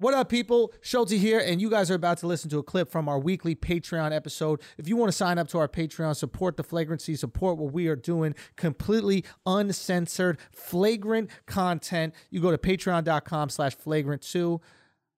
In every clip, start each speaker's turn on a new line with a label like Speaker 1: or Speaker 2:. Speaker 1: What up, people? Schulte here, and you guys are about to listen to a clip from our weekly Patreon episode. If you want to sign up to our Patreon, support the flagrancy, support what we are doing, completely uncensored, flagrant content, you go to patreon.com slash flagrant2.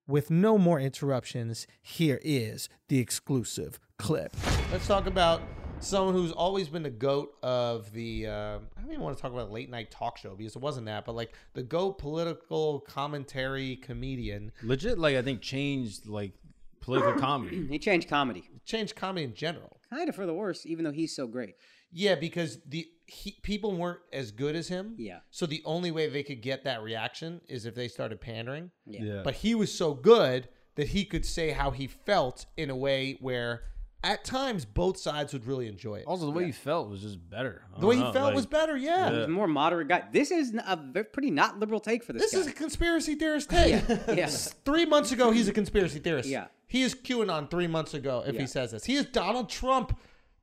Speaker 1: With no more interruptions, here is the exclusive clip. Let's talk about someone who's always been the goat of the, uh, I don't even want to talk about late night talk show because it wasn't that, but like the goat political commentary comedian.
Speaker 2: Legit, like I think changed like political comedy.
Speaker 3: He changed comedy,
Speaker 1: changed comedy in general.
Speaker 3: kind of for the worse, even though he's so great.
Speaker 1: Yeah, because the he, people weren't as good as him.
Speaker 3: Yeah.
Speaker 1: So the only way they could get that reaction is if they started pandering.
Speaker 3: Yeah.
Speaker 1: But he was so good that he could say how he felt in a way where at times both sides would really enjoy it.
Speaker 2: also the way he felt was just better. I
Speaker 1: the way he
Speaker 2: don't know,
Speaker 1: felt was
Speaker 2: like,
Speaker 1: better, uh-huh, yeah.
Speaker 3: He's a more moderate guy. This is a ve- pretty not liberal take for this,
Speaker 1: This is a
Speaker 3: guy.
Speaker 1: conspiracy theorist take.
Speaker 3: Yeah, yeah.
Speaker 1: three months ago, he's a conspiracy theorist.
Speaker 3: Yeah.
Speaker 1: He is QAnon three months ago if
Speaker 3: Yeah.
Speaker 1: he says this. He is Donald Trump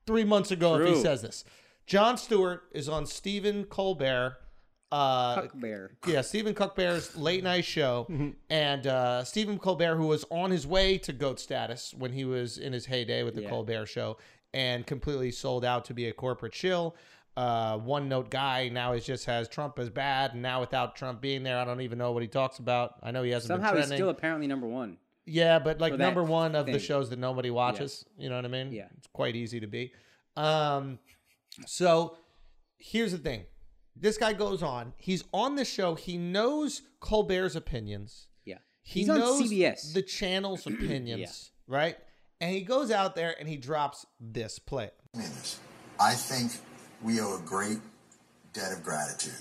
Speaker 1: three months ago if he
Speaker 3: True.
Speaker 1: says this. John Stewart is on Stephen Colbert. Uh,
Speaker 3: Cuck bear.
Speaker 1: yeah, Stephen Colbert's late night show, and uh, Stephen Colbert, who was on his way to goat status when he was in his heyday with the
Speaker 3: Yeah.
Speaker 1: Colbert Show, and completely sold out to be a corporate shill, uh, one note guy. Now he just has Trump as bad, and now without Trump being there, I don't even know what he talks about. I know he hasn't
Speaker 3: Somehow
Speaker 1: been
Speaker 3: he's
Speaker 1: trending.
Speaker 3: still apparently number one.
Speaker 1: yeah, but like
Speaker 3: for that
Speaker 1: number one of the
Speaker 3: thing.
Speaker 1: shows that nobody watches. You know what I mean?
Speaker 3: Yeah.
Speaker 1: it's quite easy to be. Um, so here's the thing. This guy goes on. He's on the show. He knows Colbert's opinions.
Speaker 3: Yeah.
Speaker 1: He
Speaker 3: he's
Speaker 1: knows
Speaker 3: on CBS.
Speaker 1: the channel's opinions, right? And he goes out there and he drops this play.
Speaker 4: minutes. I think we owe a great debt of gratitude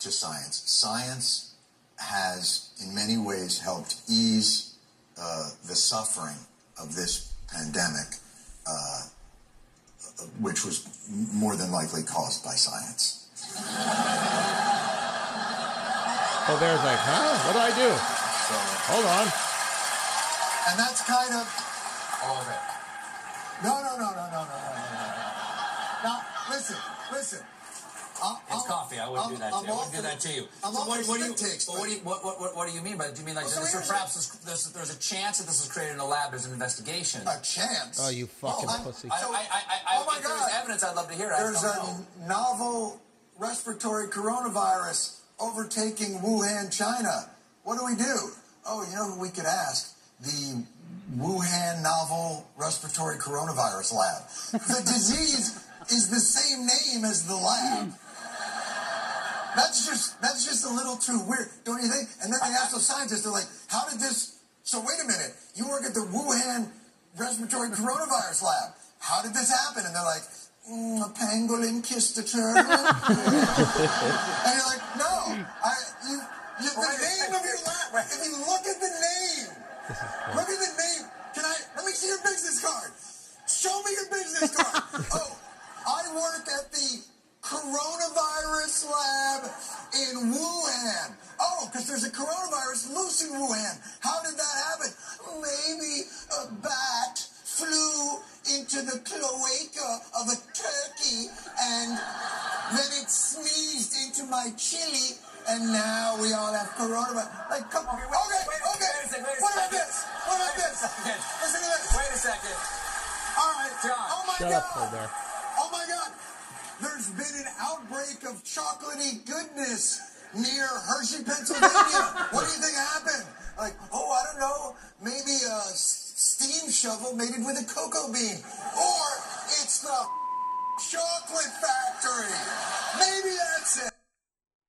Speaker 4: to science. Science has, in many ways, helped ease uh, the suffering of this pandemic, uh, which was m- more than likely caused by science.
Speaker 1: Colbert's like, huh? What do I do?
Speaker 4: So.
Speaker 1: Hold on.
Speaker 4: And that's kind of all of it. No, no, no, no, no, no, no, no, no, no. Now, listen, listen. I'll,
Speaker 5: It's coffee. I wouldn't do that.
Speaker 4: I'm
Speaker 5: to
Speaker 4: all
Speaker 5: you. I wouldn't do
Speaker 4: for-
Speaker 5: that to you.
Speaker 4: I'm
Speaker 5: So
Speaker 4: all
Speaker 5: what,
Speaker 4: for
Speaker 5: what do you?
Speaker 4: skin takes,
Speaker 5: but what do you? What, what, what, what do you mean by? Do you mean like
Speaker 4: so
Speaker 5: there's,
Speaker 4: here's-
Speaker 5: perhaps there's, there's, there's a chance that this was created in a lab? There's an investigation.
Speaker 4: A chance.
Speaker 1: Oh, you fucking
Speaker 4: I'm-
Speaker 1: pussy.
Speaker 5: I,
Speaker 4: so-
Speaker 5: I, I, I,
Speaker 4: oh my
Speaker 5: if
Speaker 4: God.
Speaker 5: There's evidence. I'd love to hear. it. I
Speaker 4: There's
Speaker 5: don't
Speaker 4: a
Speaker 5: know.
Speaker 4: novel respiratory coronavirus overtaking Wuhan, China. What do we do? Oh, you know who we could ask? The Wuhan Novel Respiratory Coronavirus Lab. The disease is the same name as the lab. That's just that's just a little too weird, don't you think? And then they ask those scientists, they're like, "How did this?" So wait a minute, you work at the Wuhan respiratory coronavirus lab. How did this happen? And they're like, mm, "A pangolin kissed a turtle." and you're like, "No, I you, you the name of your lab. If you look at the name, look at the name. Can I? Let me see your business card. Show me your business card. oh, I work at the coronavirus lab in Wuhan. Oh, because there's a coronavirus loose in Wuhan. How did that happen? Maybe a bat flew into the cloaca of a turkey and then it sneezed into my chili. And now we all have coronavirus. Like, come on. Okay,
Speaker 5: wait,
Speaker 4: okay.
Speaker 5: wait a second, wait a
Speaker 4: What about
Speaker 5: second.
Speaker 4: this? What about this?
Speaker 5: Yes.
Speaker 4: Listen to this.
Speaker 5: Wait a second.
Speaker 4: All right,
Speaker 5: John.
Speaker 4: Oh my
Speaker 1: Shut
Speaker 4: god.
Speaker 1: up, Colbert.
Speaker 4: Oh my god. There's been an outbreak of chocolatey goodness near Hershey, Pennsylvania. what do you think happened? Like, oh, I don't know. Maybe a s- steam shovel mated with a cocoa bean, or it's the chocolate factory. Maybe that's it.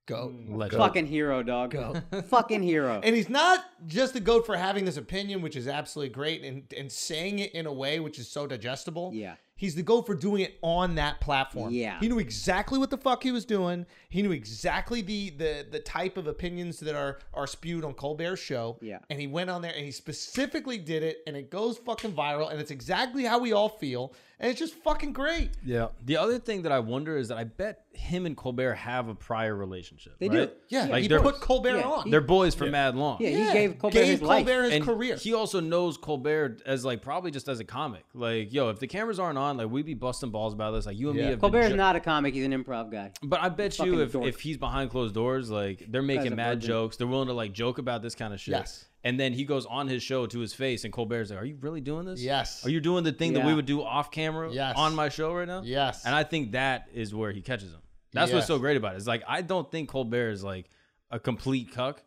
Speaker 1: Go.
Speaker 3: Hmm.
Speaker 2: legit.
Speaker 3: Fucking hero, dog. Fucking hero.
Speaker 1: And he's not just the goat for having this opinion, which is absolutely great, and, and saying it in a way which is so digestible.
Speaker 3: Yeah.
Speaker 1: He's the goat for doing it on that platform.
Speaker 3: Yeah.
Speaker 1: He knew exactly what the fuck he was doing. He knew exactly the the the type of opinions that are are spewed on Colbert's show.
Speaker 3: Yeah.
Speaker 1: And he went on there and he specifically did it and it goes fucking viral and it's exactly how we all feel. And it's just fucking great.
Speaker 2: Yeah. The other thing that I wonder is that I bet him and Colbert have a prior relationship.
Speaker 3: They
Speaker 2: right?
Speaker 3: do.
Speaker 1: Yeah,
Speaker 2: Like
Speaker 1: he
Speaker 2: they're-
Speaker 1: put Colbert
Speaker 3: Yeah,
Speaker 1: on.
Speaker 3: he-
Speaker 2: They're boys for mad long.
Speaker 3: Yeah,
Speaker 1: Yeah,
Speaker 3: he gave Colbert
Speaker 1: gave
Speaker 3: his life.
Speaker 1: Colbert his career.
Speaker 2: He also knows Colbert as like probably just as a comic. Like, yo, if the cameras aren't on, like we'd be busting balls about this. Like you and me
Speaker 1: Yeah.
Speaker 2: have been
Speaker 3: Colbert's
Speaker 2: jo-
Speaker 3: not a comic; he's an improv guy.
Speaker 2: But I bet
Speaker 3: fucking
Speaker 2: you if,
Speaker 3: dork.
Speaker 2: if he's behind closed doors, like they're
Speaker 3: a
Speaker 2: making mad
Speaker 3: virgin.
Speaker 2: jokes. They're willing to like joke about this kind of shit.
Speaker 1: Yes.
Speaker 2: And then he goes on his show to his face and Colbert's like, Are you really doing this?
Speaker 1: Yes.
Speaker 2: Are you doing the thing that we
Speaker 3: Yeah.
Speaker 2: would do off camera
Speaker 1: Yes.
Speaker 2: on my show right now?
Speaker 1: Yes.
Speaker 2: And I think that is where he catches him. That's what's
Speaker 1: Yes.
Speaker 2: so great about it. It's like I don't think Colbert is like a complete cuck.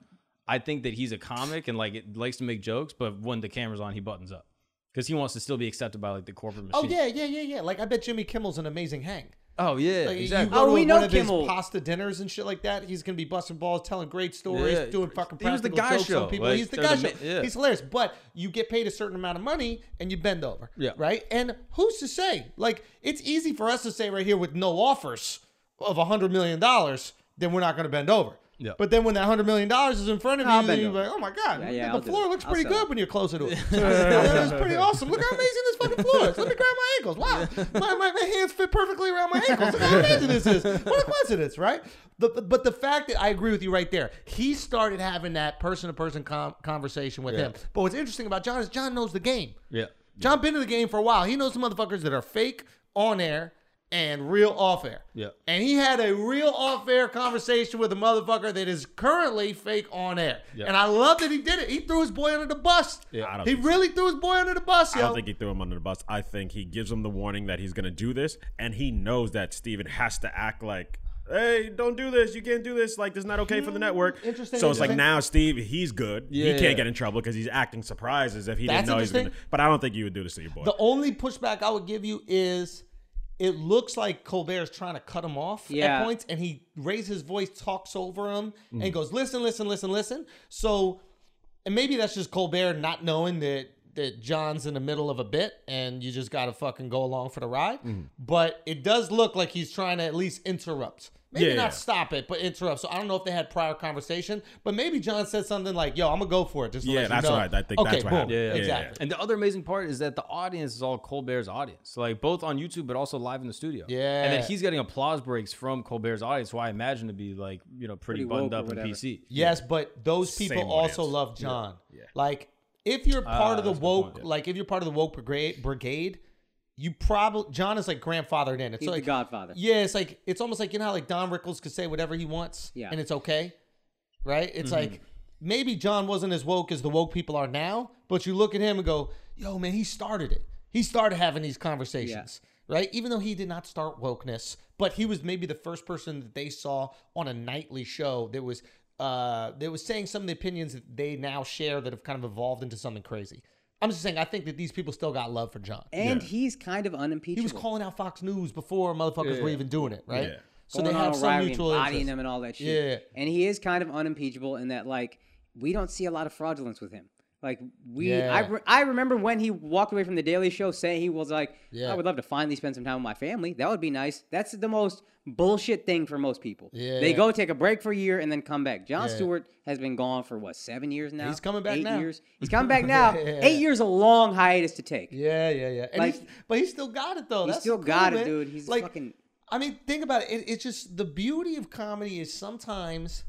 Speaker 2: I think that he's a comic and like it likes to make jokes, but when the camera's on, he buttons up. Because he wants to still be accepted by like the corporate
Speaker 1: Oh
Speaker 2: machine.
Speaker 1: yeah, yeah, yeah, yeah. Like I bet Jimmy Kimmel's an amazing hang.
Speaker 2: Oh yeah.
Speaker 1: Like,
Speaker 2: exactly.
Speaker 1: You go
Speaker 3: Oh,
Speaker 1: to
Speaker 3: we
Speaker 1: one
Speaker 3: know
Speaker 1: of
Speaker 3: Kimmel.
Speaker 1: his pasta dinners and shit like that. He's gonna be busting balls, telling great stories,
Speaker 2: Yeah.
Speaker 1: doing fucking
Speaker 2: He was the
Speaker 1: practical
Speaker 2: guy
Speaker 1: jokes
Speaker 2: show.
Speaker 1: on people.
Speaker 2: Like,
Speaker 1: he's the
Speaker 2: there's
Speaker 1: guy
Speaker 2: a
Speaker 1: show.
Speaker 2: ma- yeah.
Speaker 1: He's hilarious. But you get paid a certain amount of money and you bend over.
Speaker 2: Yeah.
Speaker 1: Right. And who's to say? Like it's easy for us to say right here with no offers of a hundred million dollars, then we're not gonna bend over.
Speaker 2: Yeah.
Speaker 1: But then when that hundred million dollars is in front of
Speaker 3: I'll
Speaker 1: you,
Speaker 3: bend
Speaker 1: then you're
Speaker 3: over.
Speaker 1: like, oh my god,
Speaker 3: yeah,
Speaker 1: the
Speaker 3: I'll do
Speaker 1: floor
Speaker 3: it.
Speaker 1: looks
Speaker 3: I'll
Speaker 1: pretty
Speaker 3: sell
Speaker 1: good
Speaker 3: it.
Speaker 1: when you're closer to it. that is pretty awesome. Look how amazing this fucking floor is. Let me grab my ankles. Wow. My, my, my hands fit perfectly around my ankles. Look how amazing this is. What a coincidence, right? The, but- but the fact that I agree with you right there, he started having that person to person conversation with him. But what's interesting about John is John knows the game.
Speaker 2: Yeah.
Speaker 1: John been in the game for a while. He knows the motherfuckers that are fake on air and real off air.
Speaker 2: Yeah.
Speaker 1: And he had a real off air conversation with a motherfucker that is currently fake on air.
Speaker 6: Yeah.
Speaker 1: And I love that he did it. He threw his boy under the bus.
Speaker 6: Yeah, I don't
Speaker 1: he
Speaker 6: think so.
Speaker 1: really threw his boy under the bus, yo.
Speaker 6: I don't think he threw him under the bus. I think he gives him the warning that he's going to do this, and he knows that Steven has to act like, hey, don't do this. You can't do this. Like, this is not okay for the network.
Speaker 1: Hmm, Interesting,
Speaker 6: So it's
Speaker 1: interesting.
Speaker 6: like now Steve, he's good. he
Speaker 2: Yeah,
Speaker 6: can't
Speaker 2: yeah.
Speaker 6: get in trouble because he's acting surprised as if he
Speaker 1: That's
Speaker 6: didn't know he's going to.
Speaker 1: interesting.
Speaker 6: But I don't think you would do this to your boy.
Speaker 1: the only pushback I would give you is it looks like Colbert's trying to cut him off at
Speaker 3: Yeah.
Speaker 1: points, and he raises his voice, talks over him,
Speaker 6: Mm.
Speaker 1: and goes, "Listen, listen, listen, listen." So, and maybe that's just Colbert not knowing that that John's in the middle of a bit, and you just gotta fucking go along for the ride.
Speaker 6: Mm-hmm.
Speaker 1: But it does look like he's trying to at least interrupt. Maybe
Speaker 6: Yeah,
Speaker 1: not
Speaker 6: yeah.
Speaker 1: stop it, but interrupt. So I don't know if they had prior conversation, but maybe John said something like, "Yo, I'm gonna go for it." Just to
Speaker 6: Yeah,
Speaker 1: let you
Speaker 6: that's
Speaker 1: know.
Speaker 6: what I- I think
Speaker 1: Okay,
Speaker 6: that's what
Speaker 1: boom.
Speaker 6: happened. Yeah, yeah, yeah.
Speaker 1: exactly.
Speaker 2: And the other amazing part is that the audience is all Colbert's audience, like both on YouTube but also live in the studio.
Speaker 1: Yeah.
Speaker 2: And then he's getting applause breaks from Colbert's audience, who I imagine to be like, you know, pretty,
Speaker 3: Pretty woke
Speaker 2: buttoned
Speaker 3: or
Speaker 2: up and
Speaker 3: whatever.
Speaker 2: PC.
Speaker 1: Yes, but those people
Speaker 6: Same
Speaker 1: also
Speaker 6: audience.
Speaker 1: love John. Like if you're part of the
Speaker 2: Ah, that's a good point,
Speaker 1: woke,
Speaker 2: yeah.
Speaker 1: like if you're part of the woke brigade, brigade, you probably John is like grandfathered in. It's
Speaker 3: He's
Speaker 1: like
Speaker 3: the Godfather.
Speaker 1: Yeah, it's like it's almost like you know how like Don Rickles could say whatever he wants,
Speaker 3: Yeah.
Speaker 1: and it's okay, right? It's like maybe John wasn't as woke as the woke people are now, but you look at him and go, "Yo, man, he started it. He started having these conversations." Right, even though he did not start wokeness, but he was maybe the first person that they saw on a nightly show that was uh, that was saying some of the opinions that they now share that have kind of evolved into something crazy. I'm just saying, I think that these people still got love for John.
Speaker 3: And he's kind of unimpeachable.
Speaker 1: He was calling out Fox News before motherfuckers were even doing it, right?
Speaker 6: Yeah.
Speaker 1: So
Speaker 3: Going
Speaker 1: they
Speaker 3: on
Speaker 1: have some
Speaker 3: O'Reilly and
Speaker 1: mutual
Speaker 3: bodying
Speaker 1: interest.
Speaker 3: him and all that shit.
Speaker 1: Yeah.
Speaker 3: And he is kind of unimpeachable in that like we don't see a lot of fraudulence with him. Like we, I,
Speaker 1: Yeah.
Speaker 3: re- I remember when he walked away from the Daily Show saying he was like,
Speaker 1: Yeah.
Speaker 3: I would love to finally spend some time with my family. That would be nice. That's the most bullshit thing for most people.
Speaker 1: Yeah.
Speaker 3: They go take a break for a year and then come back. John
Speaker 1: Yeah.
Speaker 3: Stewart has been gone for what seven years now.
Speaker 1: He's coming back
Speaker 3: Eight
Speaker 1: now.
Speaker 3: Years. He's coming back now. Eight years a long hiatus to take.
Speaker 1: Yeah, yeah, yeah. And
Speaker 3: Like-
Speaker 1: he's, but he still got it though.
Speaker 3: He
Speaker 1: That's
Speaker 3: still
Speaker 1: cool,
Speaker 3: got it,
Speaker 1: man.
Speaker 3: dude. He's
Speaker 1: like,
Speaker 3: fucking-
Speaker 1: I mean, think about it. it. It's just the beauty of comedy is sometimes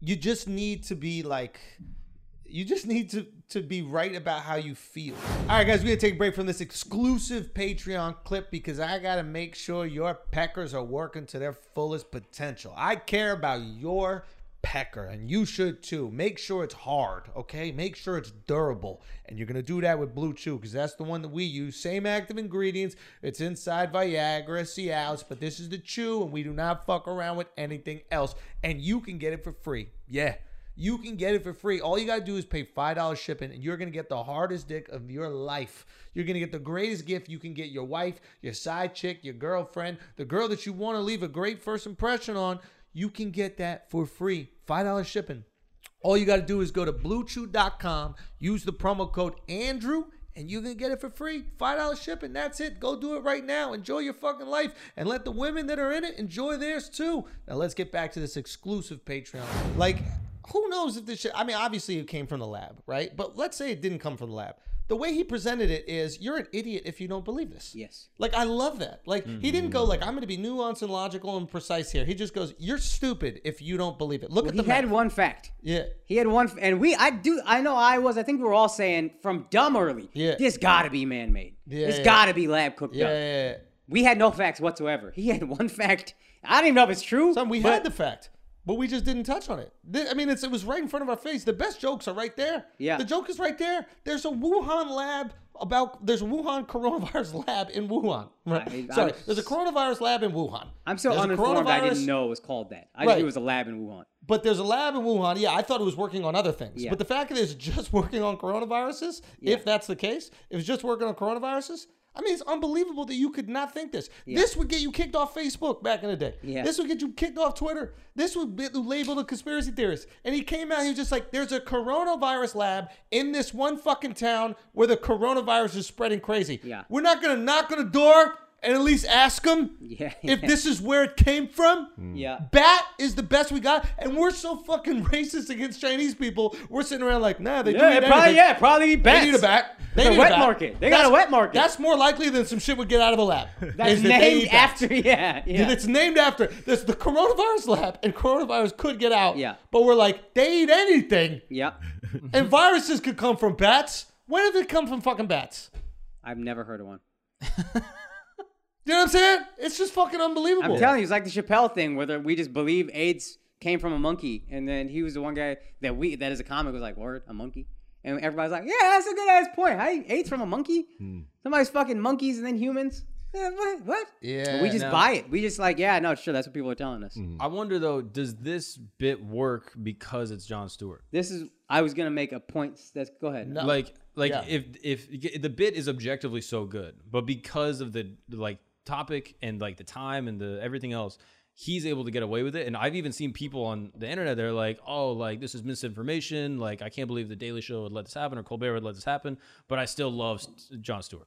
Speaker 1: you just need to be like, you just need to to be right about how you feel. All right, guys, we're gonna take a break from this exclusive Patreon clip because I gotta make sure your peckers are working to their fullest potential. I care about your pecker and you should too make sure it's hard okay make sure it's durable and you're gonna do that with blue chew because that's the one that we use same active ingredients it's inside viagra cialis but this is the chew and we do not fuck around with anything else and you can get it for free yeah you can get it for free. All you got to do is pay $5 shipping, and you're going to get the hardest dick of your life. You're going to get the greatest gift you can get your wife, your side chick, your girlfriend, the girl that you want to leave a great first impression on. You can get that for free. $5 shipping. All you got to do is go to bluechew.com, use the promo code Andrew, and you can get it for free. $5 shipping. That's it. Go do it right now. Enjoy your fucking life and let the women that are in it enjoy theirs too. Now, let's get back to this exclusive Patreon. Like, who knows if this shit, I mean, obviously it came from the lab, right? But let's say it didn't come from the lab. the way he presented it is you're an idiot if you don't believe this.
Speaker 3: Yes. Mm-hmm.
Speaker 1: Like I love that. Like he didn't go like I'm going to be nuanced and logical and precise here. He just goes you're stupid if you don't believe it. Look at
Speaker 3: He
Speaker 1: the
Speaker 3: had
Speaker 1: map.
Speaker 3: one fact.
Speaker 1: Yeah.
Speaker 3: He had one, f- and we, I do, I know I was, I think we were all saying from dumb early,
Speaker 1: Yeah.
Speaker 3: this gotta be man made.
Speaker 1: Yeah,
Speaker 3: this
Speaker 1: yeah.
Speaker 3: gotta be lab cooked
Speaker 1: Yeah,
Speaker 3: up.
Speaker 1: yeah, yeah.
Speaker 3: We had no facts whatsoever. He had one fact. I don't even know if it's true.
Speaker 1: Son, we
Speaker 3: but-
Speaker 1: had the fact, but we just didn't touch on it. Th- I mean, it's, it was right in front of our face. The best jokes are right there.
Speaker 3: Yeah.
Speaker 1: The joke is right there. There's a Wuhan lab about, there's a Wuhan coronavirus lab in Wuhan. Right.
Speaker 3: I-
Speaker 1: Sorry,
Speaker 3: I'm-
Speaker 1: there's a coronavirus lab in Wuhan.
Speaker 3: I'm so
Speaker 1: There's a
Speaker 3: uninformed. I didn't
Speaker 1: coronavirus-
Speaker 3: know it was called that.
Speaker 1: Right. Mm.
Speaker 3: I just knew it was a lab in Wuhan.
Speaker 1: But there's a lab in Wuhan. Yeah, I thought it was working on other things.
Speaker 3: Yeah.
Speaker 1: But the fact that it's just working on coronaviruses, if that's the case, if it's just working on coronaviruses, I mean, it's unbelievable that you could not think this. This would get you kicked off Facebook back in the day.
Speaker 3: Yeah.
Speaker 1: This would get you kicked off Twitter. This would be labeled a conspiracy theorist. And he came out, he was just like, there's a coronavirus lab in this one fucking town where the coronavirus is spreading crazy.
Speaker 3: Yeah.
Speaker 1: We're not going to knock on the door and at least ask him
Speaker 3: Yeah. Mm.
Speaker 1: if this is where it came from.
Speaker 3: Yeah.
Speaker 1: Bat is the best we got, and we're so fucking racist against Chinese people. We're sitting around like, nah, they do
Speaker 3: Yeah,
Speaker 1: need
Speaker 3: it probably,
Speaker 1: anything.
Speaker 3: yeah, it probably need
Speaker 1: They
Speaker 3: bats.
Speaker 1: need a bat. They
Speaker 3: It's a
Speaker 1: need
Speaker 3: wet
Speaker 1: bat.
Speaker 3: market. They got a wet market.
Speaker 1: That's more likely than some shit would get out of a lab.
Speaker 3: That's
Speaker 1: is that they
Speaker 3: named
Speaker 1: eat bats.
Speaker 3: after, yeah, yeah.
Speaker 1: It's named after. There's the coronavirus lab, and coronavirus could get out.
Speaker 3: Yeah.
Speaker 1: But we're like, they eat anything,
Speaker 3: yeah.
Speaker 1: and viruses could come from bats. Where did they come from? Fucking bats.
Speaker 3: I've never heard of one.
Speaker 1: You know what I'm saying? It's just fucking unbelievable.
Speaker 3: I'm telling you, it's like the Chappelle thing, where we just believe AIDS came from a monkey, and then he was the one guy that we that is a comic was like, "Word, a monkey," and everybody's like, "Yeah, that's a good ass point. How you- AIDS from a monkey? Somebody's fucking monkeys and then humans? Eh, what? What?
Speaker 1: Yeah,
Speaker 3: we just
Speaker 2: no.
Speaker 3: buy it. We just like, yeah, no, sure, that's what people are telling us.
Speaker 2: I wonder though, does this bit work because it's John Stewart?
Speaker 3: This is. I was gonna make a point. That's go ahead.
Speaker 1: No.
Speaker 2: like like
Speaker 1: Yeah.
Speaker 2: if if the bit is objectively so good but because of the like topic and like the time and the everything else he's able to get away with it and i've even seen people on the internet they're like oh like this is misinformation like i can't believe the daily show would let this happen or colbert would let this happen but i still love S- john stewart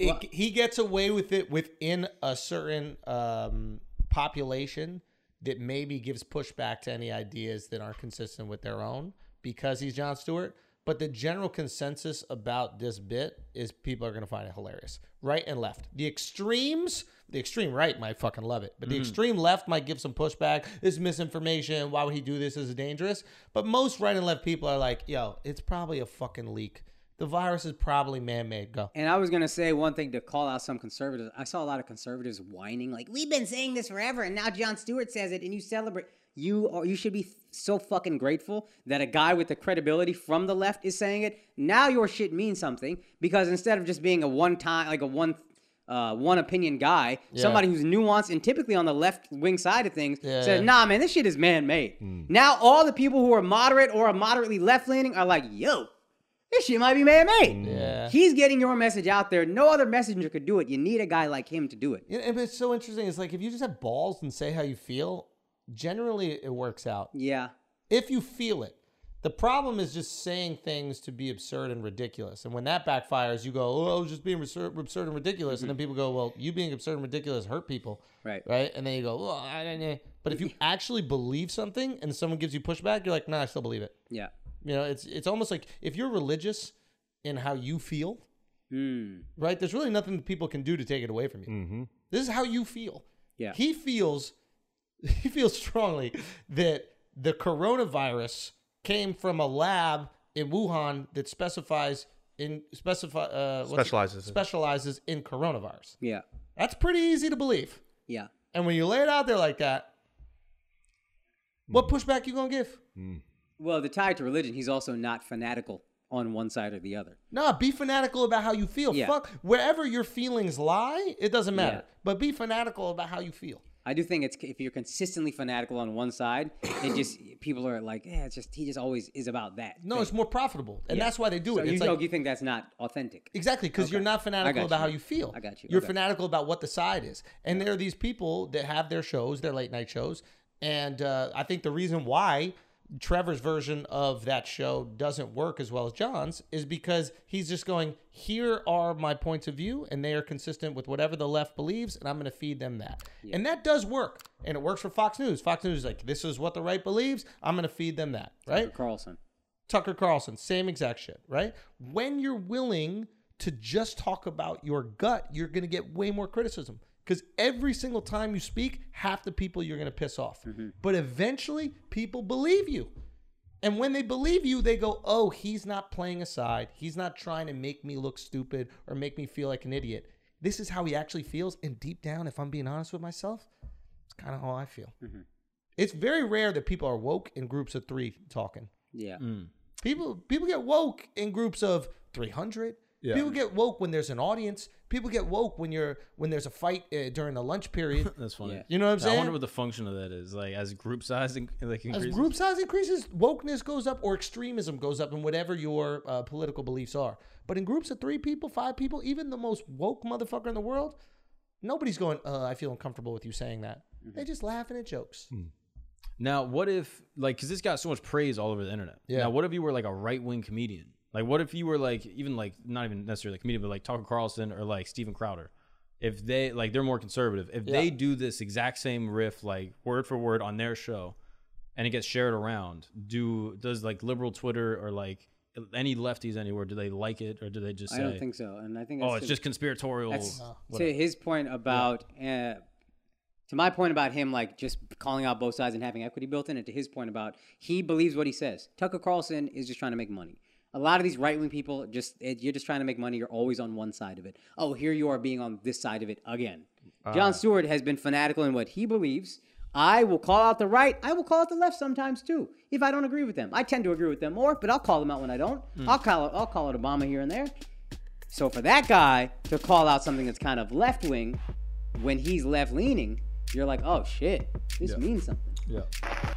Speaker 1: it, he gets away with it within a certain um, population that maybe gives pushback to any ideas that aren't consistent with their own because he's John Stewart. But the general consensus about this bit is people are going to find it hilarious, right and left. The extremes, the extreme right might fucking love it, but the extreme left might give some pushback. This is misinformation. Why would he do this? This is dangerous. But most right and left people are like, yo, it's probably a fucking leak. The virus is probably man made. Go.
Speaker 3: And I was gonna say one thing to call out some conservatives. I saw a lot of conservatives whining, like, "We've been saying this forever, and now John Stewart says it, and you celebrate." You are, you should be so fucking grateful that a guy with the credibility from the left is saying it. Now your shit means something because instead of just being a one time, like a one, uh, one opinion guy, somebody who's nuanced and typically on the left wing side of things
Speaker 1: Yeah,
Speaker 3: said,
Speaker 1: yeah. Hmm.
Speaker 3: "Nah, man, this shit is man made." Now all the people who are moderate or are moderately left leaning are like, "Yo, this shit might be man made."
Speaker 1: Yeah.
Speaker 3: He's getting your message out there. No other messenger could do it. You need a guy like him to do it.
Speaker 1: Yeah, and it's so interesting. It's like if you just have balls and say how you feel, generally it works out.
Speaker 3: Yeah.
Speaker 1: If you feel it. The problem is just saying things to be absurd and ridiculous. And when that backfires, you go, oh, I was just being absurd, absurd and ridiculous. And then people go, well, you being absurd and ridiculous hurt people.
Speaker 3: Right.
Speaker 1: Right. And then you go, well, I don't know. But if you actually believe something and someone gives you pushback, you're like, nah, I still believe it.
Speaker 3: Yeah.
Speaker 1: You know, it's it's almost like if you're religious in how you feel,
Speaker 3: Hmm.
Speaker 1: right? There's really nothing that people can do to take it away from you. This is how you feel.
Speaker 3: Mm-hmm. Yeah.
Speaker 1: He feels he feels strongly that the coronavirus came from a lab in Wuhan that specifies in specify uh, what's it-
Speaker 7: Specializes in.
Speaker 1: specializes in coronavirus.
Speaker 3: Yeah.
Speaker 1: That's pretty easy to believe.
Speaker 3: Yeah.
Speaker 1: And when you lay it out there like that,
Speaker 3: Mm.
Speaker 1: what pushback you gonna give?
Speaker 3: Well, the tie to religion, he's also not fanatical on one side or the other.
Speaker 1: Nah, be fanatical about how you feel.
Speaker 3: Yeah.
Speaker 1: Fuck wherever your feelings lie, it doesn't matter.
Speaker 3: Yeah.
Speaker 1: But be fanatical about how you feel.
Speaker 3: I do think it's if you're consistently fanatical on one side, it just people are like, yeah, it's just he just always is about that.
Speaker 1: No,
Speaker 3: thing."
Speaker 1: it's more profitable, and
Speaker 3: Yeah.
Speaker 1: that's why they do
Speaker 3: So
Speaker 1: it.
Speaker 3: you,
Speaker 1: it's
Speaker 3: know,
Speaker 1: like,
Speaker 3: you think that's not authentic.
Speaker 1: Exactly, because you're
Speaker 3: Okay.
Speaker 1: not
Speaker 3: I
Speaker 1: fanatical
Speaker 3: got
Speaker 1: about
Speaker 3: you.
Speaker 1: how you feel.
Speaker 3: I got you.
Speaker 1: You're
Speaker 3: Okay.
Speaker 1: fanatical about what the side is, and there are these people that have their shows, their late night shows, and uh, I think the reason why Trevor's version of that show doesn't work as well as John's is because he's just going, "Here are my points of view, and they are consistent with whatever the left believes, and I'm going to feed them that." And that does work, and it works for Fox News. Fox News is like, "This is what the right believes. I'm going to feed them that." Right?
Speaker 3: Carlson.
Speaker 1: Tucker Carlson, same exact shit, right? When you're willing to just talk about your gut, you're going to get way more criticism because every single time you speak, half the people you're going to piss off. But eventually, people believe you. And when they believe you, they go, oh, he's not playing aside. He's not trying to make me look stupid or make me feel like an idiot. This is how he actually feels. And deep down, if I'm being honest with myself, it's kind of how I feel. It's very rare that people are woke in groups of three talking.
Speaker 3: Yeah.
Speaker 1: Mm, People people get woke in groups of 300. People get woke when there's an audience. People get woke when you're when there's a fight uh, during the lunch period.
Speaker 2: That's funny.
Speaker 3: Yeah.
Speaker 1: You know what I'm
Speaker 2: I
Speaker 1: saying?
Speaker 2: wonder what the function of that is. Like as group size in, like
Speaker 1: As
Speaker 2: increases.
Speaker 1: group size increases, wokeness goes up or extremism goes up in whatever your uh, political beliefs are. But in groups of three people, five people, even the most woke motherfucker in the world, nobody's going, uh, I feel uncomfortable with you saying that.
Speaker 2: Mm-hmm.
Speaker 1: They're just laughing at jokes.
Speaker 2: Now, what if like because this got so much praise all over the internet?
Speaker 1: Yeah.
Speaker 2: Now, what if you were like a right wing comedian? Like, what if you were like even like not even necessarily a comedian, but like Tucker Carlson or like Steven Crowder? If they like they're more conservative. If they do this exact same riff like word for word on their show, and it gets shared around, do does like liberal Twitter or like any lefties anywhere do they like it or do they just
Speaker 3: I
Speaker 2: say
Speaker 3: don't think so. And I think that's
Speaker 2: oh it's
Speaker 3: to-
Speaker 2: just conspiratorial?
Speaker 3: that's to his point about uh, to my point about him like just calling out both sides and having equity built in, and to his point about he believes what he says. Tucker Carlson is just trying to make money. A lot of these right wing people just it, you're just trying to make money. You're always on one side of it. Oh, here you are being on this side of it again. John Stewart has been fanatical in what he believes. I will call out the right. I will call out the left sometimes too, if I don't agree with them. I tend to agree with them more, but I'll call them out when I don't. I'll call out, I'll call out Obama here and there. So for that guy to call out something that's kind of left wing when he's left leaning, you're like, oh shit, this means something.
Speaker 2: yeah.